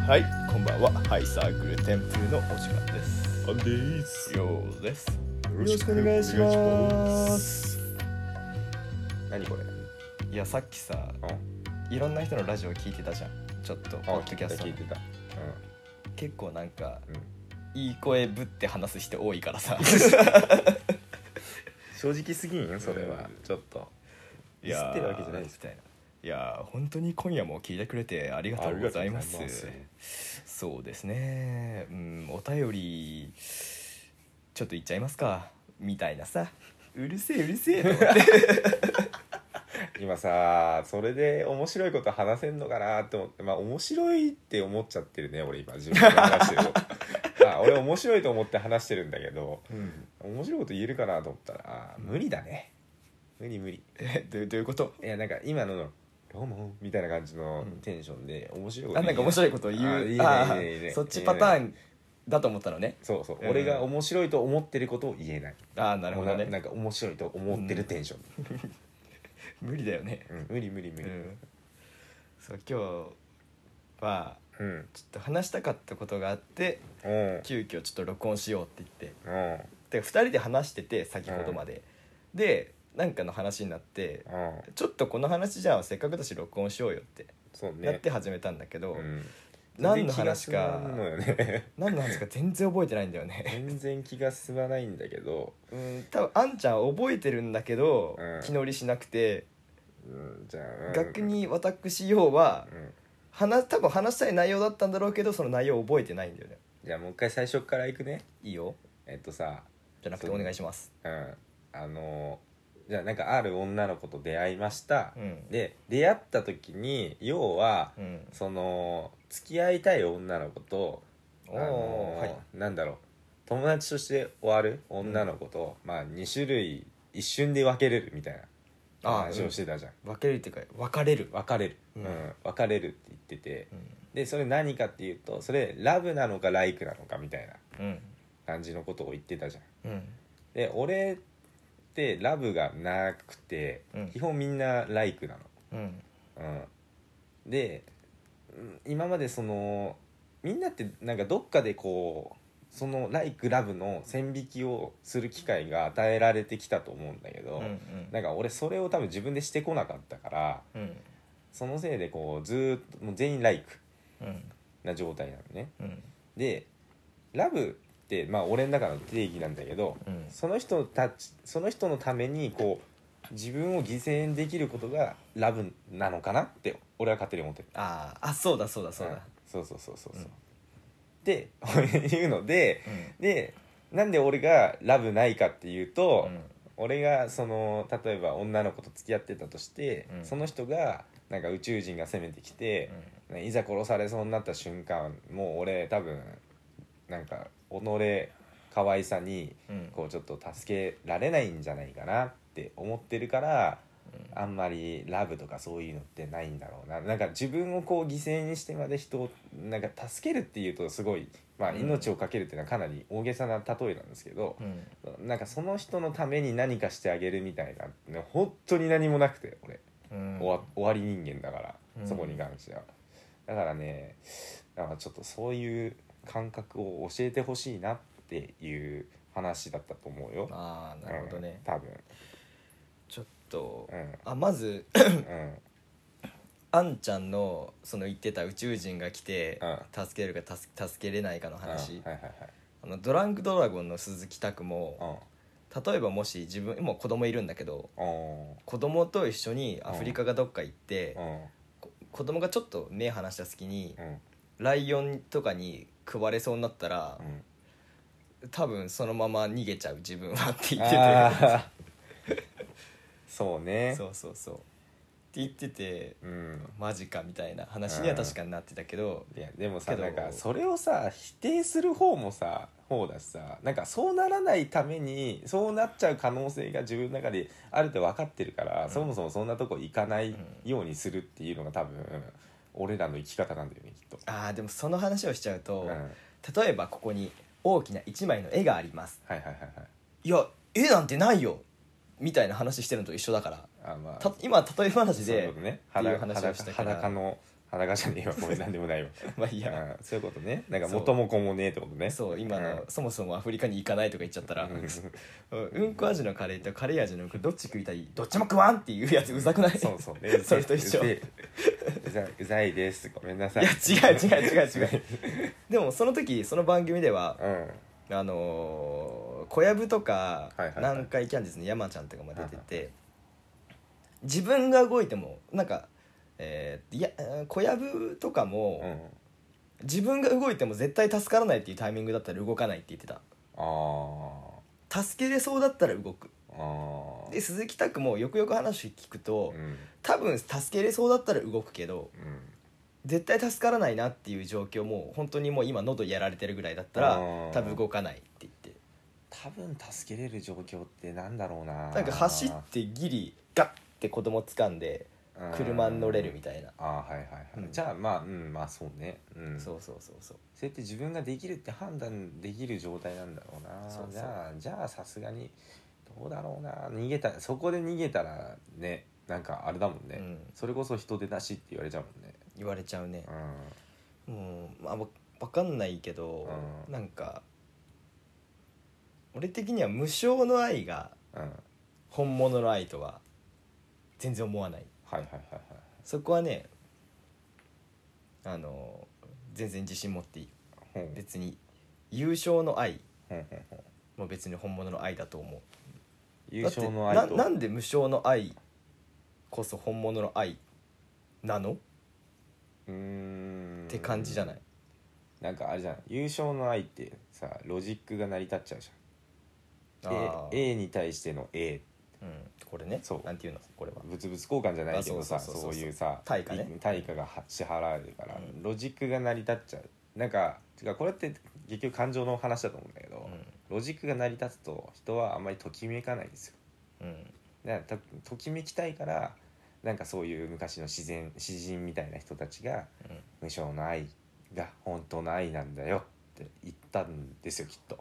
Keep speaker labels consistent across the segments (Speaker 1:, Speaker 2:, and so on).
Speaker 1: はい、こんばんは。ハイサークル天風のお時間です。
Speaker 2: アンディース
Speaker 1: ようです。
Speaker 2: よ
Speaker 1: ろしくお願いします
Speaker 2: 何これ
Speaker 1: いや、さっきさ、
Speaker 2: うん
Speaker 1: いろんな人のラジオ聞いてたじゃん。ちょっと、ポ
Speaker 2: あ
Speaker 1: ッドキャスト
Speaker 2: 聞いてた
Speaker 1: 結構なんか、
Speaker 2: うんうん
Speaker 1: いい声ぶって話す人多いから さ。
Speaker 2: 正直すぎんそれ
Speaker 1: う
Speaker 2: は
Speaker 1: ん
Speaker 2: ちょっと
Speaker 1: いやー
Speaker 2: 知ってるわけじゃないです
Speaker 1: みたいな。いやー本当に今夜も聞いてくれてありがとうございます。そうですね、うん、お便りちょっと言っちゃいますかみたいなさうるせえうるせえと思って
Speaker 2: 今さそれで面白いこと話せんのかなって思ってまあ面白いって思っちゃってるね俺今自分で話してる のあ俺面白いと思って話してるんだけど面白いこと言えるかなと思ったらあ無理だね無理無理
Speaker 1: えどうどういうこと
Speaker 2: いやなんか今の「どうも」みたいな感じの
Speaker 1: うん
Speaker 2: テンションで面白いこと
Speaker 1: あなんか面白いことを言
Speaker 2: あ
Speaker 1: う
Speaker 2: いいね
Speaker 1: あ
Speaker 2: いいねいいね
Speaker 1: そっちパターンだと思ったのね
Speaker 2: そうそう、
Speaker 1: うん
Speaker 2: 俺が面白いと思ってることを言えない
Speaker 1: ああなるほど
Speaker 2: もうなな
Speaker 1: ね
Speaker 2: んか面白いと思ってるテンション、
Speaker 1: 無理だよね
Speaker 2: うん無理無理無
Speaker 1: う
Speaker 2: 理
Speaker 1: んそう今日は
Speaker 2: うん
Speaker 1: ちょっと話したかったことがあって
Speaker 2: うん
Speaker 1: 急遽ちょっと録音しようって言って
Speaker 2: うん
Speaker 1: で2人で話してて先ほどまで、でなんかの話になって
Speaker 2: うん
Speaker 1: ちょっとこの話じゃあせっかくだし録音しようよって
Speaker 2: そう
Speaker 1: な
Speaker 2: ね
Speaker 1: って始めたんだけど、
Speaker 2: うん
Speaker 1: 何の話
Speaker 2: 全
Speaker 1: か
Speaker 2: 然気が進まんのよね
Speaker 1: 何の話か全然覚えてないんだよね
Speaker 2: 全然気が進まないんだけど、
Speaker 1: うん多分あんちゃん覚えてるんだけど、
Speaker 2: うん
Speaker 1: 気乗りしなくて、
Speaker 2: うん、じゃあ、うん
Speaker 1: 逆、に私ようは
Speaker 2: うん、
Speaker 1: 話多分話したい内容だったんだろうけどその内容覚えてないんだよね
Speaker 2: じゃあもう一回最初からいくね
Speaker 1: いいよ
Speaker 2: えっとさ
Speaker 1: じゃなくて
Speaker 2: そう
Speaker 1: お願いします
Speaker 2: うんあのじゃあなんかある女の子と出会いました
Speaker 1: う、ん
Speaker 2: で出会った時に要は、
Speaker 1: うん
Speaker 2: その付き合いたい女の子と
Speaker 1: おー
Speaker 2: あのー
Speaker 1: はい
Speaker 2: なんだろう友達として終わる女の子と、まあ2種類一瞬で分けれるみたいな
Speaker 1: あー
Speaker 2: 話をしてたじゃん、
Speaker 1: 分けるっていうか分かれる
Speaker 2: 分かれる、
Speaker 1: う
Speaker 2: うんん分かれるって言ってて
Speaker 1: うん
Speaker 2: でそれ何かっていうとそれラブなのかライクなのかみたいな
Speaker 1: うん
Speaker 2: 感じのことを言ってたじゃん
Speaker 1: うん
Speaker 2: で俺ってラブがなくて、
Speaker 1: うん
Speaker 2: 基本みんなライクなの
Speaker 1: うん
Speaker 2: うん、でうん今までそのみんなってなんかどっかでこうそのライクラブの線引きをする機会が与えられてきたと思うんだけど、
Speaker 1: うん
Speaker 2: なんか俺それを多分自分でしてこなかったから
Speaker 1: うんうん
Speaker 2: そのせいでこうずーっともう全員ライク
Speaker 1: うん
Speaker 2: な状態なのね
Speaker 1: うん
Speaker 2: でラブってまあ俺の中の定義なんだけど
Speaker 1: うん
Speaker 2: その人たちその人のためにこう自分を犠牲にできることがラブなのかなって俺は勝手に思ってる
Speaker 1: あーあそうだそうだそうだ、
Speaker 2: そうそうそうそうそう
Speaker 1: うん
Speaker 2: で いうので
Speaker 1: うん
Speaker 2: でなんで俺がラブないかっていう
Speaker 1: う
Speaker 2: と、
Speaker 1: ん
Speaker 2: 俺がその例えば女の子と付き合ってたとして、
Speaker 1: うん
Speaker 2: その人がなんか宇宙人が攻めてきて、
Speaker 1: う
Speaker 2: いざ殺されそうになった瞬間もう俺多分なんか己可愛さに
Speaker 1: んうん
Speaker 2: こうちょっと助けられないんじゃないかなって思ってるからあんまりラブとかそういうのってないんだろうななんか自分をこう犠牲にしてまで人をなんか助けるっていうとすごい、まあ、
Speaker 1: うん
Speaker 2: 命を懸けるっていうのはかなり大げさな例えなんですけど
Speaker 1: う、ん
Speaker 2: なんかその人のために何かしてあげるみたいなね本当に何もなくて俺、
Speaker 1: うん
Speaker 2: 終わ終わり人間だから、
Speaker 1: うん
Speaker 2: そこに関してはだからねなんかちょっとそういう感覚を教えてほしいなっていう話だったと思うよ。
Speaker 1: ああなるほどね、
Speaker 2: うん、多分
Speaker 1: ちょっと
Speaker 2: う、ん
Speaker 1: あまず
Speaker 2: うん
Speaker 1: あんちゃんのその言ってた宇宙人が来て、
Speaker 2: う
Speaker 1: 助けるか助助けれないかの話、
Speaker 2: うんはいはいはい
Speaker 1: あのドランクドラゴンの鈴木拓
Speaker 2: う
Speaker 1: も
Speaker 2: ん
Speaker 1: 例えばもし自分もう子供いるんだけど
Speaker 2: お
Speaker 1: 子供と一緒にアフリカがどっか行って
Speaker 2: ー、うん
Speaker 1: こ子供がちょっと目離した隙に
Speaker 2: うん
Speaker 1: ライオンとかに食われそうになったら
Speaker 2: う、ん
Speaker 1: 多分そのまま逃げちゃう自分はって言って
Speaker 2: あー そう
Speaker 1: て
Speaker 2: ね
Speaker 1: そうそうそうって言ってて
Speaker 2: うん
Speaker 1: マジかみたいな話には確かになってたけど、
Speaker 2: いやでもさ
Speaker 1: けど
Speaker 2: なんかそれをさ否定する方もさ方だしさなんかそうならないためにそうなっちゃう可能性が自分の中であるって分かってるから、
Speaker 1: ん
Speaker 2: そもそもそんなとこ行かないようにするっていうのが多分俺らの生き方なんだよねきっと。
Speaker 1: あーでもその話をしちゃうと、
Speaker 2: うん、はい
Speaker 1: 例えばここに大きな一枚の絵があります
Speaker 2: はいはいはい。
Speaker 1: いや絵なんてないよみたいな話してるのと一緒だから
Speaker 2: あまあ
Speaker 1: た今例え話
Speaker 2: そういう
Speaker 1: で
Speaker 2: ことね
Speaker 1: ってい
Speaker 2: 裸
Speaker 1: う話をしたから
Speaker 2: 裸の鼻がじゃねえわごめん何でもないわ
Speaker 1: まあ い
Speaker 2: い
Speaker 1: いや
Speaker 2: やそういうことねなんか
Speaker 1: そう
Speaker 2: 元も子もねえってことね
Speaker 1: そう今の、
Speaker 2: うん
Speaker 1: そもそもアフリカに行かないとか言っちゃったら、 うん、うんこ味のカレーとカレー味のどっち食いたいどっちも食わんっていうやつうざくない
Speaker 2: そうそう ね
Speaker 1: それと一緒
Speaker 2: うぜうざいうざいですごめんなさい
Speaker 1: いや違う違う違う違 うでもその時その番組では
Speaker 2: うんはい
Speaker 1: あのー小籔とか、
Speaker 2: はいはいはい
Speaker 1: 南海キャンディーズの山ちゃんとかも出てて、自分が動いてもなんか、えーいやえー小籔とかも、
Speaker 2: うん
Speaker 1: 自分が動いても絶対助からないっていうタイミングだったら動かないって言って
Speaker 2: あー
Speaker 1: た助けれそうだったら動く
Speaker 2: あー
Speaker 1: で鈴木拓もよくよく話聞くと、
Speaker 2: うん
Speaker 1: 多分助けれそうだったら動くけど
Speaker 2: うん
Speaker 1: 絶対助からないなっていう状況も本当にもう今喉やられてるぐらいだった
Speaker 2: あ
Speaker 1: ら
Speaker 2: ー
Speaker 1: 多分動かないって言って
Speaker 2: 多分助けれる状況ってなんだろうな
Speaker 1: なんか走ってギリガッて子供掴んで車に乗れるみ
Speaker 2: い
Speaker 1: たいな
Speaker 2: なあーはいはいはい、
Speaker 1: うん
Speaker 2: じゃあまあうんまあそうねうん
Speaker 1: そうそうそうそう
Speaker 2: そうやって自分ができるって判断できる状態なんだろうな
Speaker 1: そうそう
Speaker 2: じゃあじゃあさすがにどうだろうな逃げたそこで逃げたらねなんかあれだもんね、
Speaker 1: うん
Speaker 2: それこそ人手なしって言われちゃうもんね
Speaker 1: 言われちゃうね
Speaker 2: うん
Speaker 1: もうまあわわかんないけど
Speaker 2: うん
Speaker 1: なんか俺的には無償の愛が
Speaker 2: うん
Speaker 1: 本物の愛とは全然思わない
Speaker 2: はいはいはいはい
Speaker 1: そこはねあの全然自信持っていい
Speaker 2: ほう
Speaker 1: 別に優勝の愛
Speaker 2: ほうほうほう
Speaker 1: も別に本物の愛だと思う
Speaker 2: 優勝の愛
Speaker 1: だって
Speaker 2: と
Speaker 1: ななんで無償の愛こそ本物の愛なのっ
Speaker 2: うーん
Speaker 1: て感じじゃない
Speaker 2: なんかあれじゃん優勝の愛ってさロジックが成り立っちゃうじゃん
Speaker 1: あー
Speaker 2: A, A に対しての A
Speaker 1: うん、これね
Speaker 2: そう
Speaker 1: なんていうのこれは
Speaker 2: 物々交換じゃないけどさ
Speaker 1: あそうそうそうそ
Speaker 2: そうういうさ
Speaker 1: 対価ね
Speaker 2: い対価がは支払われるから、
Speaker 1: うん
Speaker 2: ロジックが成り立っちゃうなんかてかこれって結局感情の話だと思うんだけど、
Speaker 1: う
Speaker 2: ロジックが成り立つと人はあんまりときめかないんですよ
Speaker 1: んうん
Speaker 2: だからとときめきたいからなんかそういう昔の自然詩人みたいな人たちが
Speaker 1: うん
Speaker 2: 無償の愛が本当の愛なんだよって言ったんですよきっと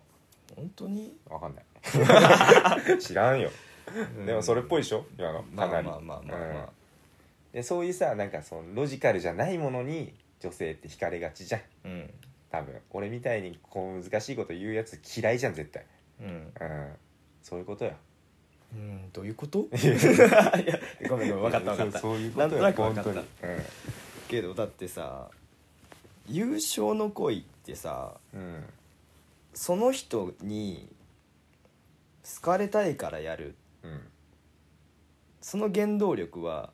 Speaker 1: 本当に、
Speaker 2: わかんない 知らんよでもそれっぽいでしょ今の
Speaker 1: まあまあ
Speaker 2: かなり
Speaker 1: まあまあまあ、
Speaker 2: うんでそういうさなんかそのロジカルじゃないものに女性って惹かれがちじゃん
Speaker 1: うん
Speaker 2: 多分俺みたいにこう難しいこと言うやつ嫌いじゃん絶対
Speaker 1: うん、
Speaker 2: うんそういうことよ
Speaker 1: うん、どういうこといやごめんごめん分かった分かった
Speaker 2: そうそういうことよ
Speaker 1: なんとなく分かった
Speaker 2: 本当に
Speaker 1: けどだってさ優勝の恋ってさ
Speaker 2: うん、うん、
Speaker 1: その人に好かれたいからやる
Speaker 2: うん、
Speaker 1: その原動力は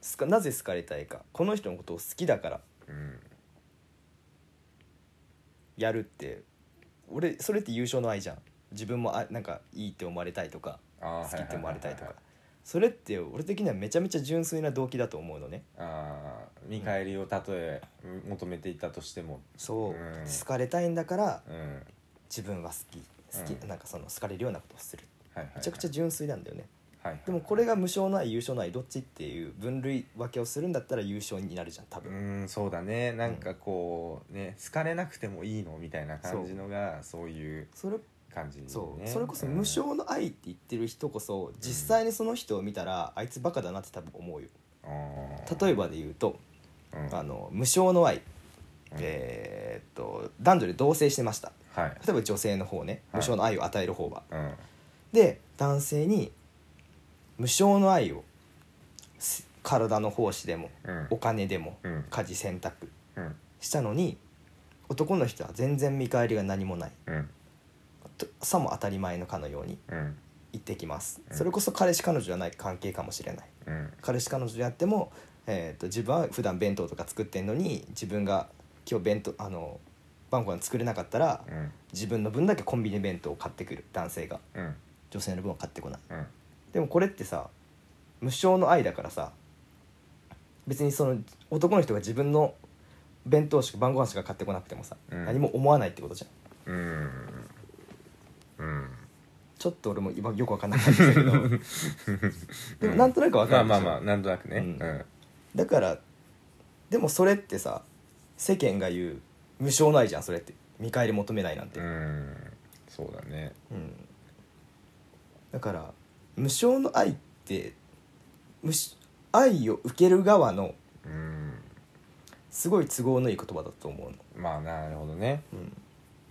Speaker 1: すかなぜ好かれたいかこの人のことを好きだから
Speaker 2: うん、
Speaker 1: やるって俺それって優勝の愛じゃん自分もあなんかいいって思われたいとか
Speaker 2: あ
Speaker 1: 好
Speaker 2: ー
Speaker 1: きって思われたいと
Speaker 2: は
Speaker 1: かそれって俺的にはめちゃめちゃ純粋な動機だと思うのね
Speaker 2: いはいはいああ見返りをたとえ求めていたとしても
Speaker 1: そう、
Speaker 2: うん
Speaker 1: 好かれたいんだから
Speaker 2: うんはい
Speaker 1: 自分は好き好き、
Speaker 2: うん
Speaker 1: なんかその好かれるようなことをする
Speaker 2: はいはい
Speaker 1: めちゃくちゃ純粋なんだよね、
Speaker 2: はいはい
Speaker 1: でもこれが無償の愛優勝の愛どっちっていう分類分けをするんだったら優勝になるじゃん多
Speaker 2: う
Speaker 1: 分、
Speaker 2: ーんそうだねなんかこうね好かれなくてもいいのみたいな感じのがそういう
Speaker 1: それ
Speaker 2: 感じ、ね、
Speaker 1: そうそれこそ
Speaker 2: うん
Speaker 1: 無償の愛って言ってる人こそ実際にその人を見たらあいつバカだなって多分思うよ
Speaker 2: あー
Speaker 1: 例えばで言うと
Speaker 2: うん
Speaker 1: あの無償の愛
Speaker 2: うん
Speaker 1: えーっと男女で同棲してました
Speaker 2: はい
Speaker 1: 例えば女性の方ね無
Speaker 2: はい
Speaker 1: 償の愛を与える方は
Speaker 2: うん
Speaker 1: で男性に無償の愛をす体の奉仕でも
Speaker 2: うん
Speaker 1: お金でも
Speaker 2: うん
Speaker 1: 家事洗濯
Speaker 2: うん
Speaker 1: したのに男の人は全然見返りが何もない
Speaker 2: うん
Speaker 1: とさも当たり前のかのように
Speaker 2: うん
Speaker 1: 行ってきます、
Speaker 2: うん
Speaker 1: それこそ彼氏彼女じゃない関係かもしれない
Speaker 2: うん
Speaker 1: 彼氏彼女であっても、えー、と自分は普段弁当とか作ってんのに自分が今日弁当あの晩ご飯作れなかったら
Speaker 2: うん
Speaker 1: 自分の分だけコンビニ弁当を買ってくる男性が
Speaker 2: うん
Speaker 1: 女性の分は買ってこない
Speaker 2: うん
Speaker 1: でもこれってさ無償の愛だからさ別にその男の人が自分の弁当しか晩ご飯しか買ってこなくてもさ、
Speaker 2: うん
Speaker 1: 何も思わないってことじゃん
Speaker 2: うんうん
Speaker 1: ちょっと俺も今よく分かんなかった けどでもなんとなく分か
Speaker 2: まあ
Speaker 1: るで
Speaker 2: ま
Speaker 1: し
Speaker 2: あ
Speaker 1: ょ
Speaker 2: まあなんとなくね
Speaker 1: う
Speaker 2: うんん
Speaker 1: だからでもそれってさ世間が言う無償の愛じゃんそれって見返り求めないなんて、
Speaker 2: う
Speaker 1: うん
Speaker 2: んそうだね
Speaker 1: だから無償の愛って無し愛を受ける側の
Speaker 2: うん
Speaker 1: すごい都合のいい言葉だと思うの、
Speaker 2: まあなるほどね
Speaker 1: うん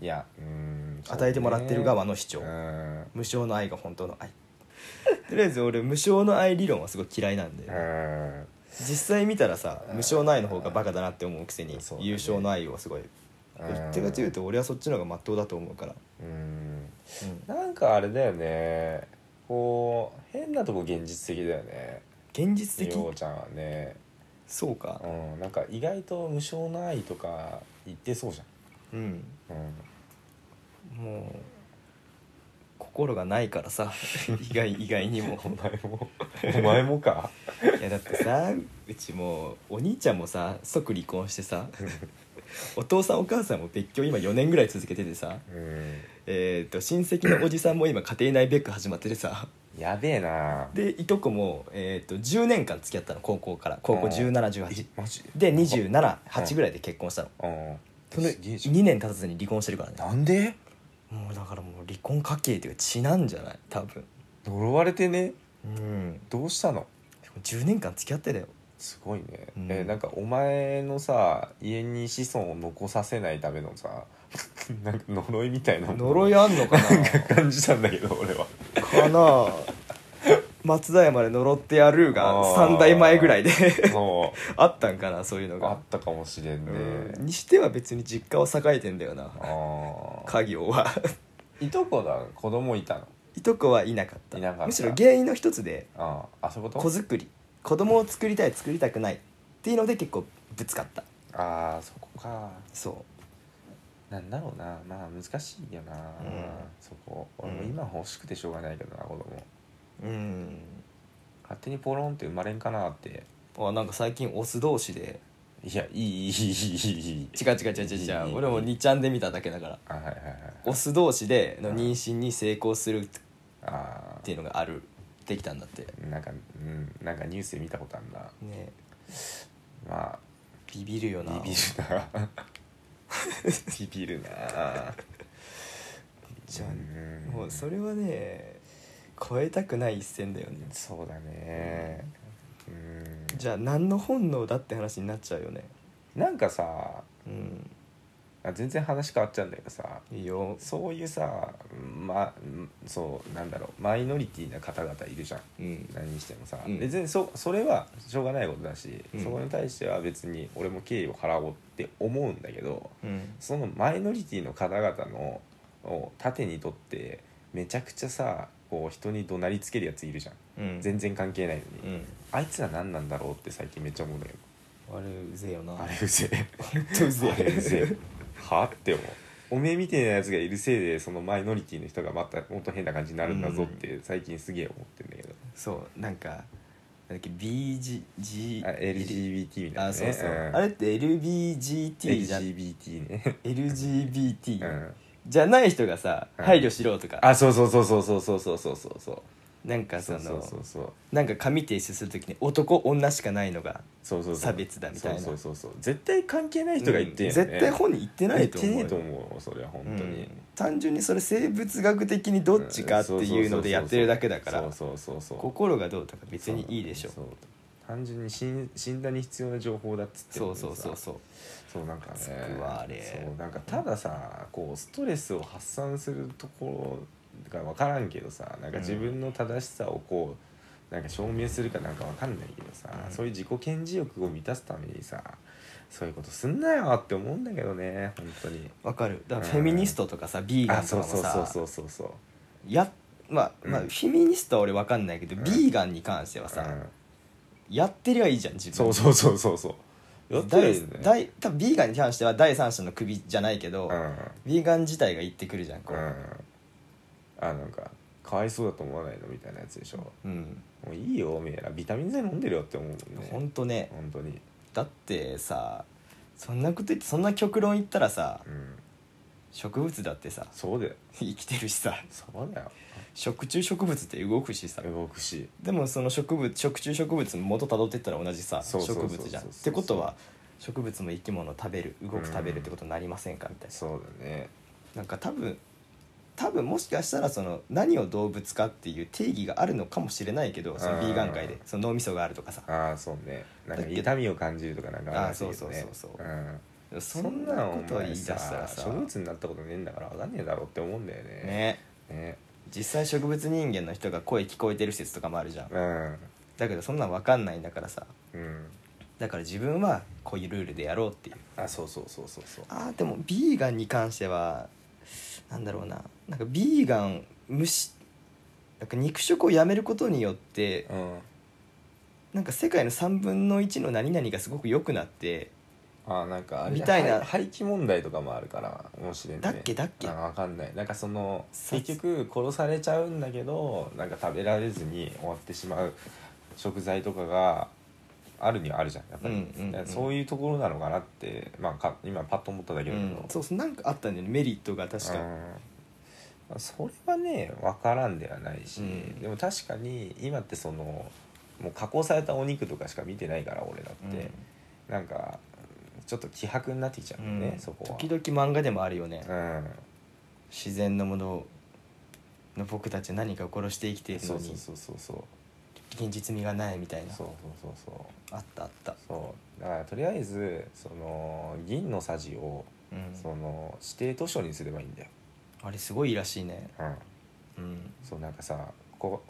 Speaker 2: いやうーんそうね
Speaker 1: 与えてもらってる側の主張、
Speaker 2: うん
Speaker 1: 無償の愛が本当の愛 とりあえず俺無償の愛理論はすごい嫌いなんだよ
Speaker 2: う
Speaker 1: ね、
Speaker 2: ん
Speaker 1: 実際見たらさ
Speaker 2: うん
Speaker 1: 無償の愛の方がバカだなって思うくせに、
Speaker 2: そうだね
Speaker 1: 優勝の愛をすごいどっちかというと俺はそっちの方が真っ当だと思うから、
Speaker 2: う
Speaker 1: う
Speaker 2: ん
Speaker 1: ん
Speaker 2: なんかあれだよねこう変なとこ現実的だよね
Speaker 1: 現実的
Speaker 2: ようちゃんはね
Speaker 1: そうか
Speaker 2: うんなんか意外と無償の愛とか言ってそうじ
Speaker 1: うん
Speaker 2: ゃん、うん、
Speaker 1: もう心がないからさ 意外意外にも
Speaker 2: お前もお前も か
Speaker 1: いやだってさうちもうお兄ちゃんもさ即離婚して さお父さんお母さんも別居今4年ぐらい続けててさ
Speaker 2: うん
Speaker 1: えー、と親戚のおじさんも今家庭内別居始まっててさ
Speaker 2: やべえな
Speaker 1: でいとこも、えー、と10年間付き合ったの高校から高校
Speaker 2: うん
Speaker 1: 1718
Speaker 2: えマジ
Speaker 1: で278ぐらいで結婚したの、
Speaker 2: うん
Speaker 1: その
Speaker 2: すげえじゃん
Speaker 1: 2年経たずに離婚してるからね
Speaker 2: なんで
Speaker 1: もうだからもう離婚家系というか血なんじゃない多分
Speaker 2: 呪われてね
Speaker 1: うん
Speaker 2: どうしたの
Speaker 1: でも10年間付き合ってだよ
Speaker 2: すごいね、
Speaker 1: うん
Speaker 2: えなんかお前のさ家に子孫を残させないためのさ なんか呪いみたいなもの
Speaker 1: 呪いあんの か
Speaker 2: なんか感じたんだけ ど俺は
Speaker 1: なかな松田屋まで呪ってやるが
Speaker 2: あー
Speaker 1: 3代前ぐらいで
Speaker 2: そ
Speaker 1: あったんかなそういうの
Speaker 2: うあ
Speaker 1: が、
Speaker 2: ったかもしれんね、
Speaker 1: うんにしては別に実家は栄えてんだよな
Speaker 2: ああ
Speaker 1: 家業は
Speaker 2: いとこだ子供いたの
Speaker 1: いとこはいなかった
Speaker 2: いなかった
Speaker 1: むしろ原因の一つで
Speaker 2: あーあそういうこ
Speaker 1: 子
Speaker 2: と
Speaker 1: 作り子供を作りたい作りたくないっていうので結構ぶつかった
Speaker 2: ああそこか
Speaker 1: そ
Speaker 2: なんだろうなまあ難しいよな、そこ俺も今欲しくてしょうがないけどな子供
Speaker 1: ううん
Speaker 2: 勝手にポロンって生まれんかなって
Speaker 1: あなんか最近オス同士で
Speaker 2: いやいいいいいいいいいいい
Speaker 1: 違う違う違う違う違う俺も2ちゃんで見ただけだから
Speaker 2: あはいはいはい
Speaker 1: オス同士での妊娠に成功するっ
Speaker 2: ああ
Speaker 1: ていうのがあるできたんだって
Speaker 2: なんか、うん、なんかニュースで見たことあるな。
Speaker 1: ね
Speaker 2: まあ、
Speaker 1: ビビるよな
Speaker 2: ビビるな。ビビるな。
Speaker 1: じゃあ
Speaker 2: ん
Speaker 1: もうそれはね超えたくない一線だよね
Speaker 2: そうだね。うん。
Speaker 1: じゃあ何の本能だって話になっちゃうよね
Speaker 2: なんかさ、
Speaker 1: うん
Speaker 2: あ全然話変わっちゃうんだけどさ、
Speaker 1: いいよ
Speaker 2: そういうさ、ま、うんそう、なんだろう、マイノリティな方々いるじゃん。
Speaker 1: うん
Speaker 2: 何にしてもさ、
Speaker 1: うん
Speaker 2: 別にそそれはしょうがないことだし、
Speaker 1: うん
Speaker 2: そこに対しては別に俺も敬意を払おうって思うんだけど、
Speaker 1: うん
Speaker 2: そのマイノリティの方々のを盾にとってめちゃくちゃさこう人に怒鳴りつけるやついるじゃん
Speaker 1: うん
Speaker 2: 全然関係ないの
Speaker 1: う
Speaker 2: に、
Speaker 1: ん
Speaker 2: あいつら何なんだろうって最近めっちゃ思うんだけど
Speaker 1: あれうぜえよな
Speaker 2: あれうぜえ
Speaker 1: 本当うぜ
Speaker 2: あ
Speaker 1: え
Speaker 2: れうぜえはって思うおめえみてえなやつがいるせいでそのマイノリティの人がまたもっと変な感じになるんだぞって最近すげえ思ってんだけど、
Speaker 1: そうなんかなんだっけ BGG
Speaker 2: あ LGBT みたいな、ね、
Speaker 1: あそうそう、
Speaker 2: ん
Speaker 1: あれって LBGT じゃ
Speaker 2: LGBT ね
Speaker 1: LGBT、
Speaker 2: うん
Speaker 1: じゃない人がさ、
Speaker 2: うん
Speaker 1: 配慮しろとか
Speaker 2: あそうそうそうそうそうそうそうそうそうそう
Speaker 1: なんかその
Speaker 2: そうそうそう
Speaker 1: なんか紙提出するときに男女しかないのが
Speaker 2: そうそうそう
Speaker 1: 差別だみたいな
Speaker 2: そうそうそうそう絶対関係ない人が言ってん
Speaker 1: うん
Speaker 2: よね、
Speaker 1: 絶対本に言ってないと思う
Speaker 2: 言
Speaker 1: よ
Speaker 2: ってねえと思うそれは本当に、
Speaker 1: うん単純にそれ生物学的にどっちかっていうのでやってるだけだから
Speaker 2: そうそうそうそう
Speaker 1: 心がどうとか別にいいでしょ
Speaker 2: そう単純に診診断に必要な情報だっつってん
Speaker 1: そ
Speaker 2: の
Speaker 1: う
Speaker 2: に
Speaker 1: そうそう
Speaker 2: さ
Speaker 1: そう
Speaker 2: そうなんかね
Speaker 1: つくわあれ
Speaker 2: そうなんかたださこうストレスを発散するところが分からんけどさなんか自分の正しさをこうなんか証明するかなんか分かんないけどさ、
Speaker 1: うん
Speaker 2: そういう自己顕示欲を満たすためにさそういうことすんなよって思うんだけどね本当に
Speaker 1: わかるだからフェミニストとかさビーガ
Speaker 2: あ
Speaker 1: ンとかも
Speaker 2: そうそう
Speaker 1: さ
Speaker 2: そうそうそう
Speaker 1: やまあ、まあ
Speaker 2: う
Speaker 1: フ
Speaker 2: ん
Speaker 1: ェミニストは俺わかんないけど、
Speaker 2: うん
Speaker 1: ビーガンに関しては
Speaker 2: そ
Speaker 1: さ、
Speaker 2: う、うん
Speaker 1: やってりゃいいじゃん自分
Speaker 2: そうそうそうそうそうやったらい
Speaker 1: 第
Speaker 2: いね
Speaker 1: 第多分ビーガンに関しては第三者の首じゃないけど、
Speaker 2: うん
Speaker 1: ビーガン自体が言ってくるじゃんこ
Speaker 2: う
Speaker 1: う、
Speaker 2: んあなんかかわいそうだと思わないのみたいなやつでしょ
Speaker 1: うん
Speaker 2: もういいよおめえらビタミン剤飲んでるよって思うもんね
Speaker 1: ほんとね
Speaker 2: 本当に
Speaker 1: だってさそんなこと言ってそんな極論言ったらさ
Speaker 2: うん
Speaker 1: 植物だってさ
Speaker 2: そうだよ
Speaker 1: 生きてるしさ
Speaker 2: そうだよ
Speaker 1: 食虫植物って動くしさ
Speaker 2: 動くし
Speaker 1: でもその植物植虫植物も元たどってったら同じさ
Speaker 2: そう
Speaker 1: 植
Speaker 2: そうそうそう
Speaker 1: 物じゃんっ
Speaker 2: そうそう
Speaker 1: てことは植物も生き物を食べる動く食べるってことになりませんかみたいな
Speaker 2: そうだね
Speaker 1: なんか多分多分もしかしたらその何を動物かっていう定義があるのかもしれないけどその
Speaker 2: あ
Speaker 1: ビ
Speaker 2: ー
Speaker 1: ーガン界でその脳みそがあるとかさ
Speaker 2: ああそうねなん
Speaker 1: だ
Speaker 2: か
Speaker 1: けど
Speaker 2: 痛みを感じるとかなんか話
Speaker 1: あー
Speaker 2: だけどね
Speaker 1: そうそうそうそうんそんな
Speaker 2: お
Speaker 1: こ
Speaker 2: 前
Speaker 1: とを言い出したらさ
Speaker 2: 植物になったことねえんだから分かんねえだろって思うんだよね
Speaker 1: ね
Speaker 2: ね
Speaker 1: 実際植物人間の人が声聞こえてる説とかもあるじゃん
Speaker 2: うん
Speaker 1: だけどそんなん分かんないんだからさ
Speaker 2: うん
Speaker 1: だから自分はこういうルールでやろうっていう
Speaker 2: あそうそうそうそうそう
Speaker 1: あーでもビーガンに関してはなんだろうななんかビーガン虫なんか肉食をやめることによって
Speaker 2: うん
Speaker 1: なんか世界の3分の1の何々がすごく良くなって
Speaker 2: あなんかあれ
Speaker 1: みたいな
Speaker 2: は廃棄問題とかもあるから面白いね
Speaker 1: だっけだっけ
Speaker 2: あわかんないなんかその
Speaker 1: さ
Speaker 2: 結局殺されちゃうんだけどなんか食べられずに終わってしまう食材とかがあるにはあるじゃんやっぱり、
Speaker 1: うんうんうん
Speaker 2: だからそういうところなのかなって、まあ、か今パッと思っただけだけど、
Speaker 1: うんそうそうなんかあったんだよねメリットが確か、
Speaker 2: うんそれはね分からんではないし、
Speaker 1: うん
Speaker 2: でも確かに今ってそのもう加工されたお肉とかしか見てないから俺だって、なんかちょっと希薄になってきちゃう
Speaker 1: うん
Speaker 2: だよね、
Speaker 1: ん
Speaker 2: そこは。
Speaker 1: 時々漫画でもあるよね、
Speaker 2: うん
Speaker 1: 自然のものの僕たちは何かを殺して生きている
Speaker 2: そ
Speaker 1: の
Speaker 2: う
Speaker 1: に
Speaker 2: そうそうそうそう
Speaker 1: 現実味がないみたいな
Speaker 2: そうそうそうそう
Speaker 1: あったあった
Speaker 2: そうだからとりあえずその銀のさじを
Speaker 1: うん
Speaker 2: その指定図書にすればいいんだよ、
Speaker 1: あれすごいいいらしいね
Speaker 2: うん、
Speaker 1: うん
Speaker 2: そうなんかさこ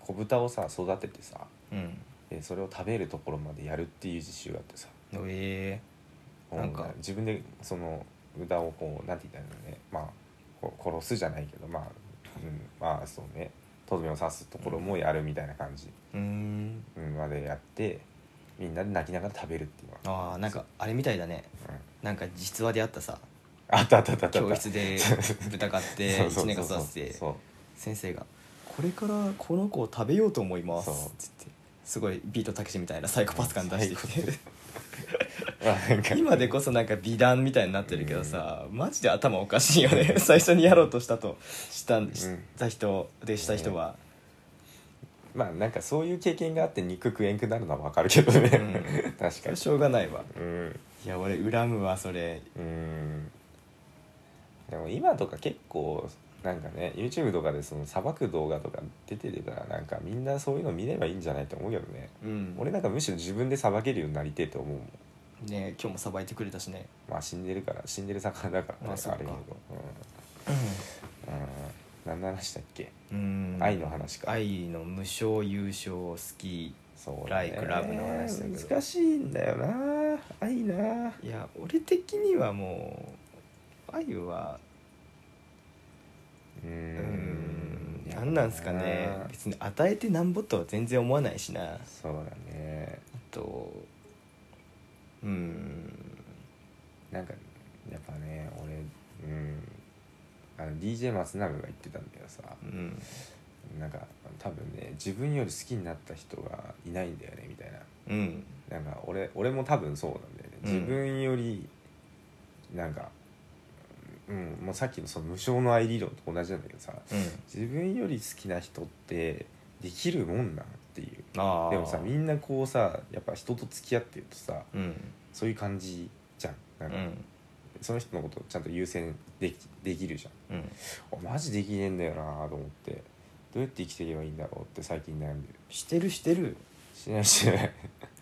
Speaker 2: 小豚をさ育ててさ
Speaker 1: うん
Speaker 2: でそれを食べるところまでやるっていう実習があってさ
Speaker 1: え
Speaker 2: もう
Speaker 1: なんか
Speaker 2: 自分でその豚をこうなんて言ったらいいのねまあこう殺すじゃないけどまあ、うん、まあそうねとどめを刺すところもやるみたいな感じ、
Speaker 1: えうん
Speaker 2: うん、までやってみんなで泣きながら食べるっていうのが
Speaker 1: ああなんかあれみたいだね
Speaker 2: うん
Speaker 1: なんか実話であったさ
Speaker 2: あったあったあったあった
Speaker 1: 教室 で豚買って
Speaker 2: そうそう
Speaker 1: 1年間
Speaker 2: そう
Speaker 1: 育てて
Speaker 2: そう
Speaker 1: 先生が「これからこの子を食べようと思います」
Speaker 2: そう
Speaker 1: つってすごいビートたけしみたいなサイコパス感出してきて
Speaker 2: まあなんか
Speaker 1: 今でこそなんか美談みたいになってるけどさ、マジで頭おかしいよね 最初にやろうとしたとした,、した人でした人は、
Speaker 2: まあなんかそういう経験があって肉食えんくなるのはわかるけどね、
Speaker 1: う
Speaker 2: 確
Speaker 1: そ
Speaker 2: か
Speaker 1: れ
Speaker 2: に
Speaker 1: しょうがないわ
Speaker 2: うん
Speaker 1: いや俺恨むわそれ
Speaker 2: うんでも今とか結構なんかね YouTube とかでそのさばく動画とか出てるからなんかみんなそういうの見ればいいんじゃないと思うけどね
Speaker 1: うん
Speaker 2: 俺なんかむしろ自分でさばけるようになりてえと思うもん
Speaker 1: ね今日もさばいてくれたしね
Speaker 2: まあ死んでるから死んでる魚だからね
Speaker 1: まあそっか
Speaker 2: れだけどうん、うん、何の話だっけ、
Speaker 1: うん
Speaker 2: 愛の話か
Speaker 1: 愛の無償優勝好き
Speaker 2: そう
Speaker 1: Like Love の話だけど
Speaker 2: 難しいんだよな愛ない
Speaker 1: や俺的にはもう愛は
Speaker 2: うー
Speaker 1: うんん何なんすかね別に与えてなんぼとは全然思わないしなあ
Speaker 2: そうだね
Speaker 1: とうん
Speaker 2: なんかやっぱね俺うんあの DJ 松永が言ってたんだけどさ
Speaker 1: うん
Speaker 2: なんか多分ね自分より好きになった人がいないんだよねみたいな
Speaker 1: うん
Speaker 2: なんか俺俺も多分そうなんだよね
Speaker 1: うん
Speaker 2: 自分よりなんかうん、もうさっきのその無償の愛理論と同じなんだけどさ
Speaker 1: うん
Speaker 2: 自分より好きな人ってできるもんなんっていう
Speaker 1: ああ
Speaker 2: でもさみんなこうさやっぱ人と付き合ってるとさ
Speaker 1: うん
Speaker 2: そういう感じじゃんな
Speaker 1: うん
Speaker 2: か、
Speaker 1: ん
Speaker 2: その人のことちゃんと優先できできるじゃ
Speaker 1: うん
Speaker 2: んあマジできねえんだよなと思ってどうやって生きていけばいいんだろうって最近悩んでる
Speaker 1: してるしてる
Speaker 2: しないしてない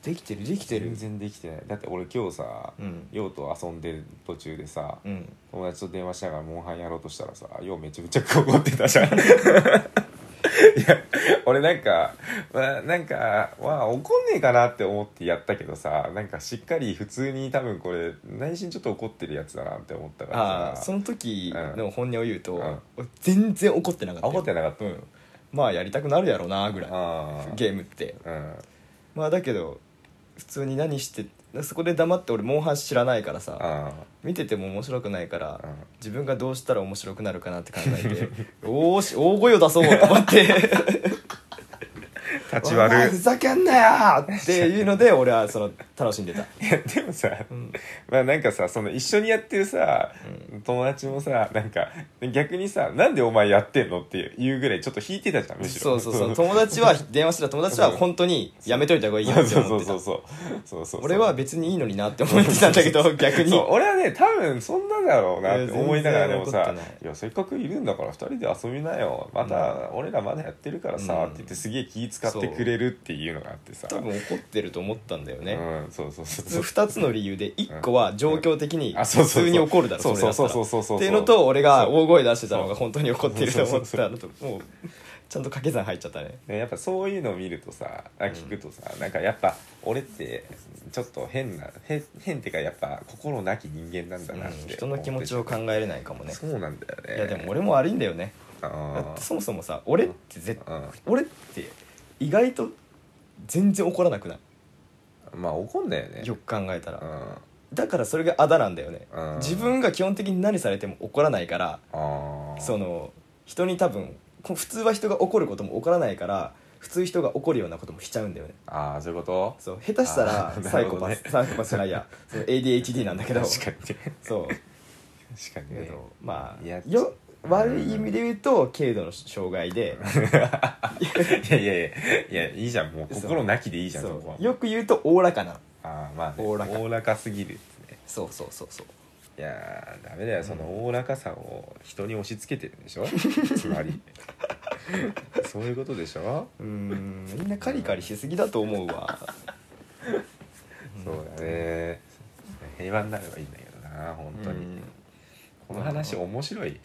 Speaker 1: できてるできてる
Speaker 2: 全然できてないだって俺今日さ
Speaker 1: うん
Speaker 2: 陽、と遊んでる途中でさ、
Speaker 1: うん
Speaker 2: 友達と電話しながらモンハンやろうとしたらさようめちゃくちゃ怒ってた じゃんいや俺なんか、まあ、なんか、まあ、怒んねえかなって思ってやったけどさなんかしっかり普通に多分これ内心ちょっと怒ってるやつだなって思ったから
Speaker 1: ああ
Speaker 2: さ
Speaker 1: その時の本音を言うと、
Speaker 2: うん
Speaker 1: 俺全然怒ってなかった
Speaker 2: あ
Speaker 1: よ
Speaker 2: 怒ってなかった、
Speaker 1: うんまあやりたくなるやろうなぐらい
Speaker 2: あー
Speaker 1: ゲームって
Speaker 2: うん
Speaker 1: まあだけど普通に何してそこで黙って俺モンハン知らないからさ
Speaker 2: あ
Speaker 1: 見てても面白くないから、
Speaker 2: うん
Speaker 1: 自分がどうしたら面白くなるかなって考 えておーし大声を出そうと思って
Speaker 2: ー立ち
Speaker 1: お前
Speaker 2: 悪
Speaker 1: ふざけんなよ!」っていうので俺はその楽しんでた、
Speaker 2: いやでもさ
Speaker 1: うん、
Speaker 2: まあなんかさその一緒にやってるさ、友達もさなんか逆にさなんでお前やってんのっていうぐらいちょっと引いてたじゃんむし
Speaker 1: そ
Speaker 2: ろ
Speaker 1: うそうそう友達 は電話してた友達は本当にやめといた方がいいよ
Speaker 2: そう
Speaker 1: って
Speaker 2: そう
Speaker 1: 思
Speaker 2: そ
Speaker 1: ってた
Speaker 2: うそうそうそうそう
Speaker 1: 俺は別にいいのになって思ってたんだけど逆に
Speaker 2: そう俺はね多分そんなだろうなって思いながら
Speaker 1: い
Speaker 2: で
Speaker 1: や
Speaker 2: も
Speaker 1: 全然
Speaker 2: さ
Speaker 1: 怒ってない
Speaker 2: 「いやせっかくいるんだから2人で遊びなよまた俺らまだやってるからさ」
Speaker 1: うん
Speaker 2: って言ってすげえ気使ってくれるっていうのがあってさ
Speaker 1: 多分怒ってると思ったんだよね、
Speaker 2: うんそうそうそうそう
Speaker 1: 2つの理由で1個は状況的に
Speaker 2: あそう
Speaker 1: 普
Speaker 2: そうそう
Speaker 1: 通に怒るだろ
Speaker 2: そう
Speaker 1: れだったら
Speaker 2: そうそうそうそうそう
Speaker 1: っていうのと俺が大声出してたのが本当に怒ってると思ってたのともうちゃんと掛け算入っちゃったね
Speaker 2: ねやっぱそういうのを見るとさあ聞くとさ、なんかやっぱ俺ってちょっと変な変変ってかやっぱ心なき人間なんだなって思って、
Speaker 1: うん人の気持ちを考えれないかもね
Speaker 2: そうなんだよね
Speaker 1: いやでも俺も悪いんだよねだ
Speaker 2: あ
Speaker 1: っ
Speaker 2: ー
Speaker 1: てそもそもさ俺って絶
Speaker 2: うん
Speaker 1: 俺って意外と全然怒らなくない
Speaker 2: まあ怒んだよね
Speaker 1: よく考えた
Speaker 2: う
Speaker 1: ら
Speaker 2: んあ
Speaker 1: だからそれがあだなんだよね
Speaker 2: うん
Speaker 1: 自分が基本的に何されても怒らないから
Speaker 2: あ
Speaker 1: その人に多分こ普通は人が怒ることも怒らないから普通人が怒るようなこともしちゃうんだよね
Speaker 2: ああそういうこと
Speaker 1: そう下手したら
Speaker 2: あー
Speaker 1: サイコパス、
Speaker 2: なるほどね
Speaker 1: サイコパスじゃない やその ADHD なんだけど
Speaker 2: 確かにね
Speaker 1: そう
Speaker 2: 確かに
Speaker 1: け
Speaker 2: ね
Speaker 1: どま
Speaker 2: いや
Speaker 1: あよ悪い意味で言うと軽度の障害で
Speaker 2: いやいやいやいやいいじゃんもう心なきでいいじゃんそ
Speaker 1: そ
Speaker 2: こは
Speaker 1: うよく言うとおおらかな
Speaker 2: ああまあね
Speaker 1: おおらか
Speaker 2: おおらかすぎるっつね
Speaker 1: そうそうそうそう
Speaker 2: いやーダメだよそのおおらかさを人に押し付けてるん でしょつまりそういうことでしょ、
Speaker 1: うーんみんなカリカリしすぎだと思うわ
Speaker 2: そうだね平和になればいいんだけどな本当に、
Speaker 1: うん
Speaker 2: この話面 白い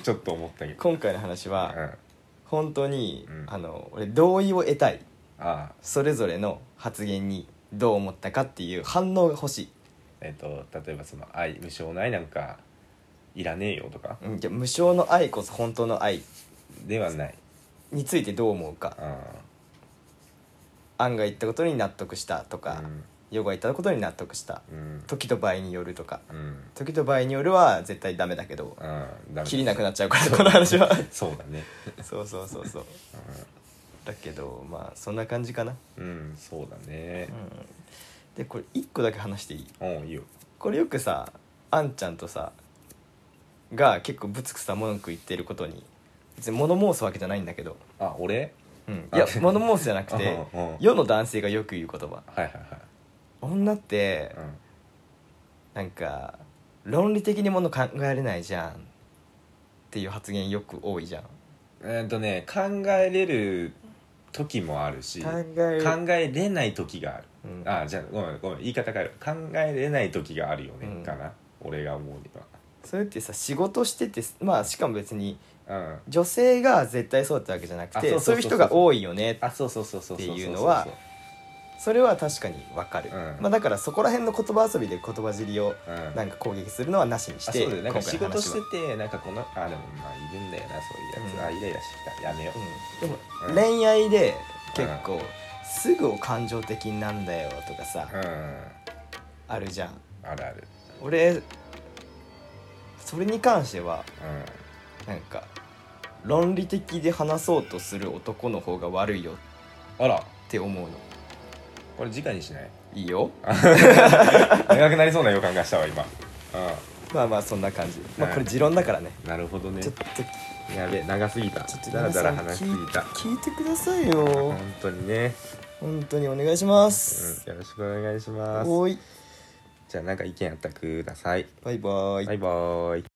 Speaker 2: ちょっと思ったけど、
Speaker 1: 今回の話
Speaker 2: うん、
Speaker 1: は
Speaker 2: あ
Speaker 1: 本当に、
Speaker 2: うん
Speaker 1: あの俺同意を得たい
Speaker 2: あ
Speaker 1: それぞれの発言にどう思ったかっていう反応が欲しい、
Speaker 2: えっ、と例えばその愛無償の愛なんかいらねえよとか
Speaker 1: うん、じゃあ無償の愛こそ本当の愛
Speaker 2: ではない
Speaker 1: についてどう思うか
Speaker 2: あ
Speaker 1: 案が言ったことに納得したと
Speaker 2: あ
Speaker 1: か、ヨガ言ったことに納得した
Speaker 2: うんうん
Speaker 1: 時と場合によるとか
Speaker 2: うん
Speaker 1: 時と場合によるは絶対ダメだけど
Speaker 2: ああダメ
Speaker 1: 切りなくなっ
Speaker 2: ち
Speaker 1: ちゃうからこの話は
Speaker 2: そうだね
Speaker 1: そうそうそうそうだけどまあそんな感じかな、
Speaker 2: うんそうだね
Speaker 1: うん、でこれ一個だけ話していい
Speaker 2: うんいいよ
Speaker 1: これよくさあんちゃんとさが結構ぶつくさ文句言ってることに別に物申すわけじゃないんだけど、
Speaker 2: あ俺
Speaker 1: うん、いや
Speaker 2: あ
Speaker 1: 物申すじゃなくて
Speaker 2: うんうん
Speaker 1: 世の男性がよく言う言葉
Speaker 2: はいはい
Speaker 1: 女って
Speaker 2: はい、うん
Speaker 1: なんか論理的にもの考えれないじゃんっていう発言よく多いじゃん
Speaker 2: えーっとね考えれる時もあるし
Speaker 1: 考
Speaker 2: 考
Speaker 1: え
Speaker 2: えれない時がある、
Speaker 1: うん
Speaker 2: あじゃあごめんごめん言い方変える考えれない時があるよね、
Speaker 1: うん
Speaker 2: かな俺が思うに
Speaker 1: それってさ仕事しててまあしかも別に
Speaker 2: はうん
Speaker 1: 女性が絶対そうってわけじゃなく
Speaker 2: あそうそ
Speaker 1: て
Speaker 2: うそ
Speaker 1: そうういう人
Speaker 2: そう
Speaker 1: が多いよね
Speaker 2: あそうそうそうそう
Speaker 1: って
Speaker 2: そう
Speaker 1: いう
Speaker 2: そ
Speaker 1: のはそれは確かにわかる、
Speaker 2: うん
Speaker 1: まあ、だからそこら辺の言葉遊びで言葉尻を
Speaker 2: うん
Speaker 1: な
Speaker 2: か
Speaker 1: んか攻撃するのはなしにし
Speaker 2: あ
Speaker 1: て
Speaker 2: そうだよなんか仕
Speaker 1: 今回の
Speaker 2: 事
Speaker 1: 話
Speaker 2: し
Speaker 1: は
Speaker 2: ててなんかこのあでもまあいるんだよなそういうやつ、
Speaker 1: うん
Speaker 2: あイライラしてきたやめよう、
Speaker 1: うん、でも、
Speaker 2: うん
Speaker 1: 恋愛で結構すぐ感情的になんだよとかさ、
Speaker 2: うん
Speaker 1: あるじゃん
Speaker 2: あるある
Speaker 1: 俺それに関しては
Speaker 2: う
Speaker 1: なんか論理的で話そうとする男の方が悪いよっ
Speaker 2: んあら
Speaker 1: て思うの
Speaker 2: これ直にしない
Speaker 1: いいよ
Speaker 2: 長くなりそうな予感がしたわ今
Speaker 1: まあまあそんな感じ、まあ、
Speaker 2: はい
Speaker 1: これ持論だからね
Speaker 2: うんなるほどね
Speaker 1: ちょっと
Speaker 2: やべ長すぎた
Speaker 1: ちょっと
Speaker 2: だら
Speaker 1: 皆さ
Speaker 2: だら
Speaker 1: ん
Speaker 2: 話しす
Speaker 1: 聞
Speaker 2: ぎ
Speaker 1: い
Speaker 2: た
Speaker 1: 聞いてくださいよ
Speaker 2: 本当にね、
Speaker 1: 本当にお願いします、
Speaker 2: うん、よろしくお願いします
Speaker 1: おーい
Speaker 2: じゃあなんか意見あったらください
Speaker 1: バイバイ
Speaker 2: バイバーイ